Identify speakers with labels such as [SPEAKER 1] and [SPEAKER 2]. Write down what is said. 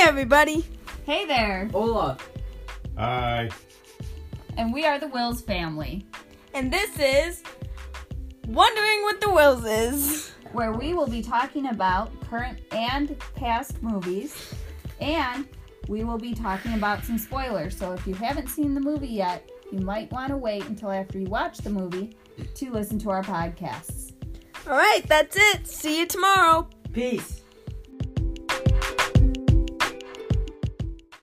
[SPEAKER 1] everybody.
[SPEAKER 2] Hey there,
[SPEAKER 1] Hola.
[SPEAKER 3] Hi.
[SPEAKER 2] and we are the Wills family,
[SPEAKER 1] And this is Wondering What the Wills Is.
[SPEAKER 2] where we will be talking about current and past movies, and we will be talking about some spoilers. So if you haven't seen the movie yet, you might want to wait until after you watch the movie to listen to our podcasts.
[SPEAKER 1] All right, that's it. See you tomorrow.
[SPEAKER 4] Peace.